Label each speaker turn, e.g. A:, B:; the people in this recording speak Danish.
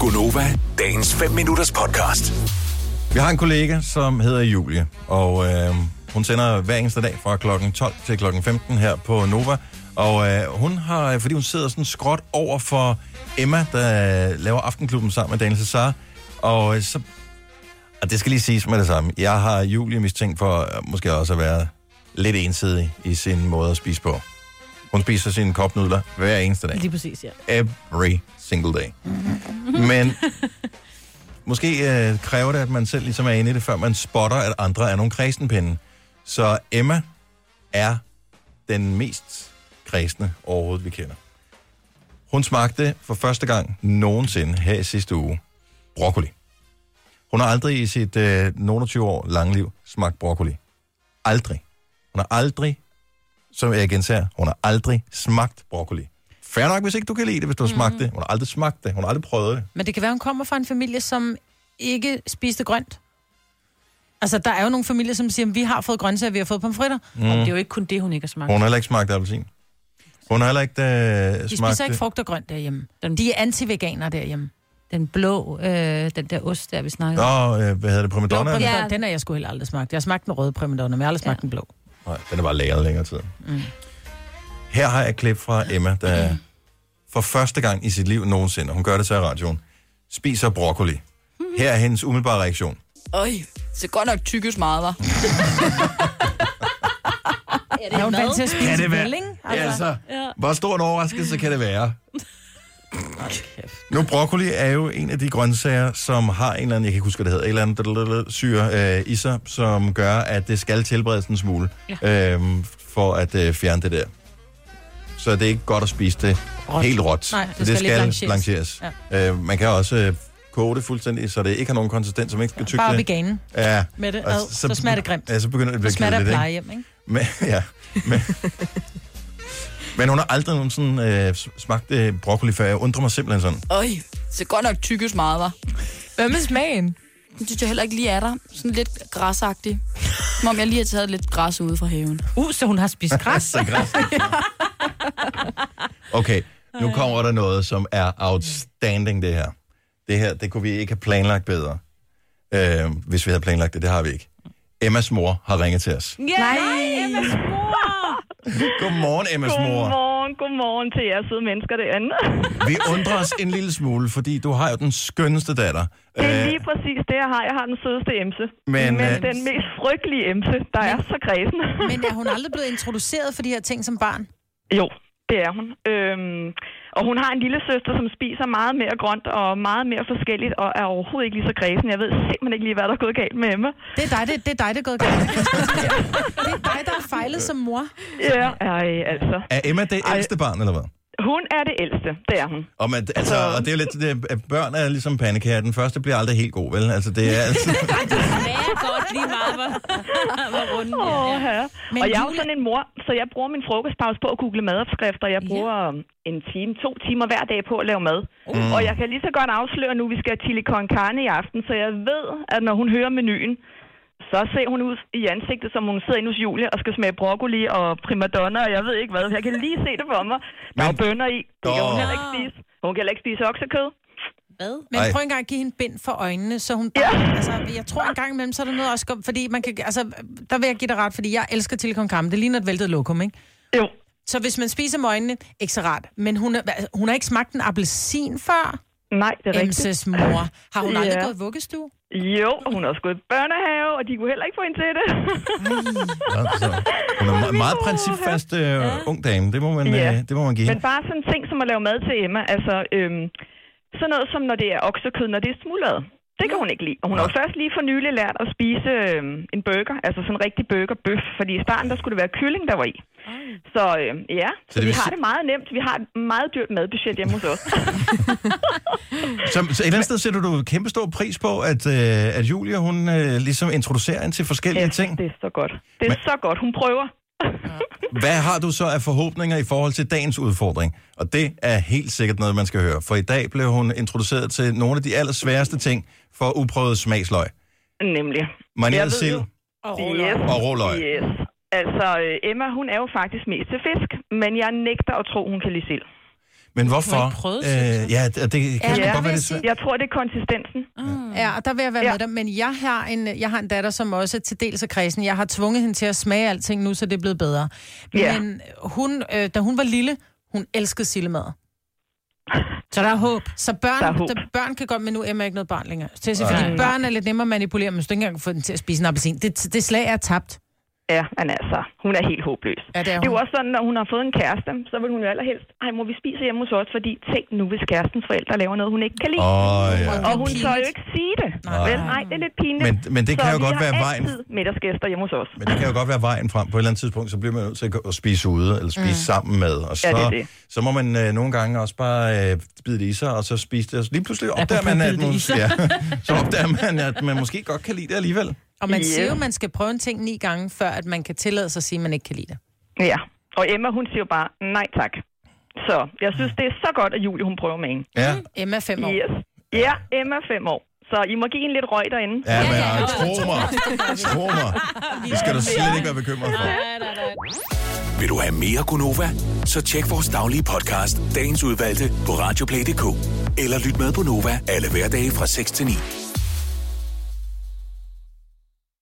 A: Gunova, dagens 5 minutters podcast.
B: Vi har en kollega, som hedder Julie, og øh, hun sender hver eneste dag fra klokken 12 til klokken 15 her på Nova. Og øh, hun har, fordi hun sidder sådan skråt over for Emma, der laver Aftenklubben sammen med Daniel Cesar. Og øh, så, og det skal lige siges med det samme. Jeg har Julie mistænkt for øh, måske også at være lidt ensidig i sin måde at spise på. Hun spiser sine kopnudler hver eneste dag.
C: Lige præcis, ja.
B: every single day. Men måske øh, kræver det, at man selv ligesom er inde i det, før man spotter, at andre er nogle kredsenpinde. Så Emma er den mest kredsende overhovedet, vi kender. Hun smagte for første gang nogensinde her i sidste uge broccoli. Hun har aldrig i sit øh, nogen 20 år lange liv smagt broccoli. Aldrig. Hun har aldrig, som jeg genser, hun har aldrig smagt broccoli. Fair nok, hvis ikke du kan lide det, hvis du har smagt
C: Mm.
B: det. Hun har aldrig smagt det. Hun har aldrig prøvet det.
C: Men det kan være, hun kommer fra en familie, som ikke spiste grønt. Altså, der er jo nogle familier, som siger, vi har fået grøntsager, vi har fået pomfritter.
D: Mm. Det er jo ikke kun det, hun ikke har smagt.
B: Hun har heller ikke smagt appelsin. Hun har heller ikke øh,
C: De
B: smagt
C: spiser ikke
B: det.
C: frugt og grønt derhjemme.
D: Den-
C: De er anti-veganere derhjemme.
D: Den blå, øh, den der ost, der vi snakkede om.
B: Nå, øh, hvad hedder det? Primadonna?
C: Blå
B: Ja.
C: ja. Den har jeg sgu heller aldrig smagt. Jeg har smagt den røde primadonna, men jeg har aldrig smagt ja. den blå.
B: Nej, den er bare lagret længere tid. Mm. Her har jeg et klip fra Emma, der for første gang i sit liv nogensinde, hun gør det så i radioen, spiser broccoli.
C: Mhm.
B: Her er hendes umiddelbare reaktion.
E: Øj, så godt nok tykkes meget, var.
C: Er, det er hun vant til at spise det vel, ikke?
B: Altså, hvor stor en overraskelse kan det være? Nu, broccoli er jo en af de grøntsager, som har en eller anden, jeg kan ikke huske, hvad det hedder, en eller anden dadadadada syre øh, i sig, som gør, at det skal tilberedes en smule, øh, for at øh, fjerne det der. Så det er ikke godt at spise det
C: Råt.
B: helt råt.
C: Nej, det
B: Så
C: skal
B: det
C: lidt
B: skal
C: blancheres.
B: blancheres. Ja. Øh, man kan også øh, koge det fuldstændig, så det ikke har nogen konsistens, som ikke skal tygge
C: Bare
B: det.
C: veganen
B: Ja,
C: med det.
B: og
C: Ad, så, smager det grimt.
B: Ja, så begynder det at
C: Så
B: blive
C: smager det af
B: kedeligt, ikke?
C: plejehjem, ikke?
B: Men, ja, men, men hun har aldrig nogensinde øh, smagt øh, broccoli før. Jeg undrer mig simpelthen sådan.
E: Øj, så godt nok tykkes meget, var.
C: Hvad med smagen?
E: Det synes jeg heller ikke lige er der. Sådan lidt græsagtig. Som om jeg lige har taget lidt græs ude fra haven.
D: Uh, så hun har spist græs.
B: Så græs. Okay, nu kommer der noget, som er outstanding, det her. Det her, det kunne vi ikke have planlagt bedre, øh, hvis vi havde planlagt det. Det har vi ikke. Emmas mor har ringet til os.
D: Ja, nej, Emmas mor.
B: Godmorgen, Emmas mor.
F: Godmorgen, godmorgen til jer søde mennesker det andet.
B: Vi undrer os en lille smule, fordi du har jo den skønneste datter.
F: Det er
B: Øh,
F: lige præcis det, jeg har. Jeg har den sødeste emse.
B: Men,
F: Men, men
B: øh,
F: den mest frygtelige emse, der er så græsen.
C: Men er hun aldrig blevet introduceret for de her ting som barn?
F: jo, det er hun. Øhm, og hun har en lille søster, som spiser meget mere grønt og meget mere forskelligt, og er overhovedet ikke lige så græsen. Jeg ved simpelthen ikke lige, hvad der er gået galt med Emma.
C: Det er dig, det, det er dig, der er gået galt. det er dig, der har fejlet som mor.
F: Ja, ej, altså.
B: er Emma det
F: Ej.
B: ældste barn, eller hvad?
F: Hun er det ældste, det er hun.
B: Og, man, altså, og det er jo lidt det, at børn er ligesom pandekager. Den første bliver aldrig helt god, vel? Altså, det er altså...
D: smager godt lige meget, hvor, hvor runden den
F: Åh,
D: er.
F: ja.
C: Men
F: Og jeg er jo
C: Julie-
F: sådan en mor, så jeg bruger min frokostpause på at google madopskrifter. Jeg bruger øhm, en time, to timer hver dag på at lave mad. Mm. Og jeg kan lige så godt afsløre nu, at vi skal have chili con carne i aften, så jeg ved, at når hun hører menuen, så ser hun ud i ansigtet, som hun sidder inde hos Julia og skal smage broccoli og primadonna, og jeg ved ikke hvad. Jeg kan lige se det for mig. Der er jo
B: Men-
F: bønner i. Det kan hun
B: Nå.
F: heller ikke spise. Hun kan heller ikke spise oksekød.
D: Hvad?
C: Men
B: Ej.
C: Ej. prøv engang at give hende bind for øjnene, så hun bare... Ja. Altså, jeg tror en gang imellem, så er der noget også... godt, Fordi man kan... Altså, der vil jeg give dig ret, fordi jeg elsker Telecom Kamme. Det ligner et væltet lokum, ikke?
F: Jo.
C: Så hvis man spiser med øjnene, ikke så rart. Men hun, er, hun har ikke smagt en appelsin før,
F: Nej, det er rigtigt.
C: Emses mor. Har hun aldrig
F: Ja.
C: gået i vuggestue?
F: Jo, og hun har også gået i børnehave, og de kunne heller ikke få hende til det.
B: altså hun er en meget principfast øh, ung dame. Det må man,
F: Ja.
B: øh, det må man give
F: Men
B: hende.
F: bare sådan en ting som at lave mad til Emma, altså øhm, sådan noget som når det er oksekød, når det er smuldret. Det kan hun ikke lide. Og hun har jo først lige for nylig lært at spise øhm, en burger, altså sådan en rigtig burgerbøf, fordi i starten der skulle det være kylling, der var i. Så øhm, ja,
B: det
F: så det vi
B: vil
F: har
B: si-
F: det meget nemt. Vi har et meget dyrt madbudget hjemme hos os.
B: Så, så et eller andet sted sætter du kæmpe stor pris på, at, øh, at Julia, hun øh, ligesom introducerer hende til forskellige
F: Ja,
B: ting.
F: det er så godt. Det er
B: Men-
F: så godt. Hun prøver.
B: Hvad har du så af forhåbninger i forhold til dagens udfordring? Og det er helt sikkert noget, man skal høre. For i dag blev hun introduceret til nogle af de allersværeste ting for uprøvet smagsløg.
F: Nemlig.
B: Marineret
F: Jeg ved
B: sild
F: jo-
C: Og
F: Yes.
B: og råløg.
F: Yes. Altså, øh, Emma, hun er jo faktisk mest til fisk, men jeg nægter at tro, hun kan lide sild.
B: Men
C: Du har
B: hvorfor?
C: ikke prøvet
B: øh, ja, det, det kan
C: men
B: ja,
F: hvad
B: godt
C: vil
B: være
C: jeg
B: lidt
C: sige?
B: svært.
F: Jeg tror, det er konsistensen.
C: Ja, og der vil jeg være ja.
F: Mm.
C: med
F: Ja.
C: dig. Men jeg har, en, jeg har en datter, som også til dels er kredsen. Jeg har tvunget hende til at smage alting nu, så det er blevet bedre.
F: Ja.
C: Men hun, øh, da hun var lille, hun elskede sillemad. Så der er håb. Så børn,
F: Der
C: der
F: er håb.
C: Der, børn kan godt, men nu er Emma ikke noget barn længere. Så jeg siger,
B: Nej.
C: fordi børn er lidt nemmere at manipulere, men hvis du ikke engang kan få den til at spise en appelsin. Det, det slag er tabt.
F: Ja, men altså, hun er helt håbløs.
C: Ja, det er
F: Det er
C: hun.
F: jo også sådan, når hun har fået en kæreste, så vil hun jo allerhelst, ej mor, vi spiser hjemme hos os, fordi tænk nu, hvis kærestens forældre laver noget, hun ikke kan lide.
B: Åh, oh, ja.
F: Og
C: det er
F: hun tør
C: pinligt.
F: jo ikke sige det.
C: Nej.
F: Nej. Vel, nej, det er lidt pinligt.
B: Men, men det
F: så
B: kan jo
F: vi
B: godt
F: har
B: være vejen.
F: altid middagsgæster hjemme hos os.
B: Men det kan jo godt være vejen frem. På et eller andet tidspunkt, så bliver man nødt til at gå- at spise ude, eller spise mm. sammen med. Og så,
F: Ja, det er det.
B: så må man øh, nogle gange også bare øh, bide det i sig, og så spise det. Og så lige pludselig opdager
C: Apropos
B: man, at,
C: bide det i
B: man,
C: sig.
B: ja, så opdager man, at man måske godt kan lide det alligevel.
C: Og man
F: Ja.
C: siger jo, man skal prøve en ting ni gange, før at man kan tillade sig at sige, at man ikke kan lide det.
F: Ja, og Emma, hun siger jo bare, nej tak. Så jeg synes, det er så godt, at Julie, hun prøver med en.
B: Ja,
C: Emma er fem år.
F: Yes. Ja, Emma er fem år. Så I må give en lidt røg derinde.
B: ja, men ej, tro mig. Tro mig. Det skal du slet ikke være bekymret for.
A: Vil du have mere Gunova? Så tjek vores daglige podcast, dagens udvalgte, på radioplay.dk. Eller lyt med på Nova alle hverdage fra 6 til 9.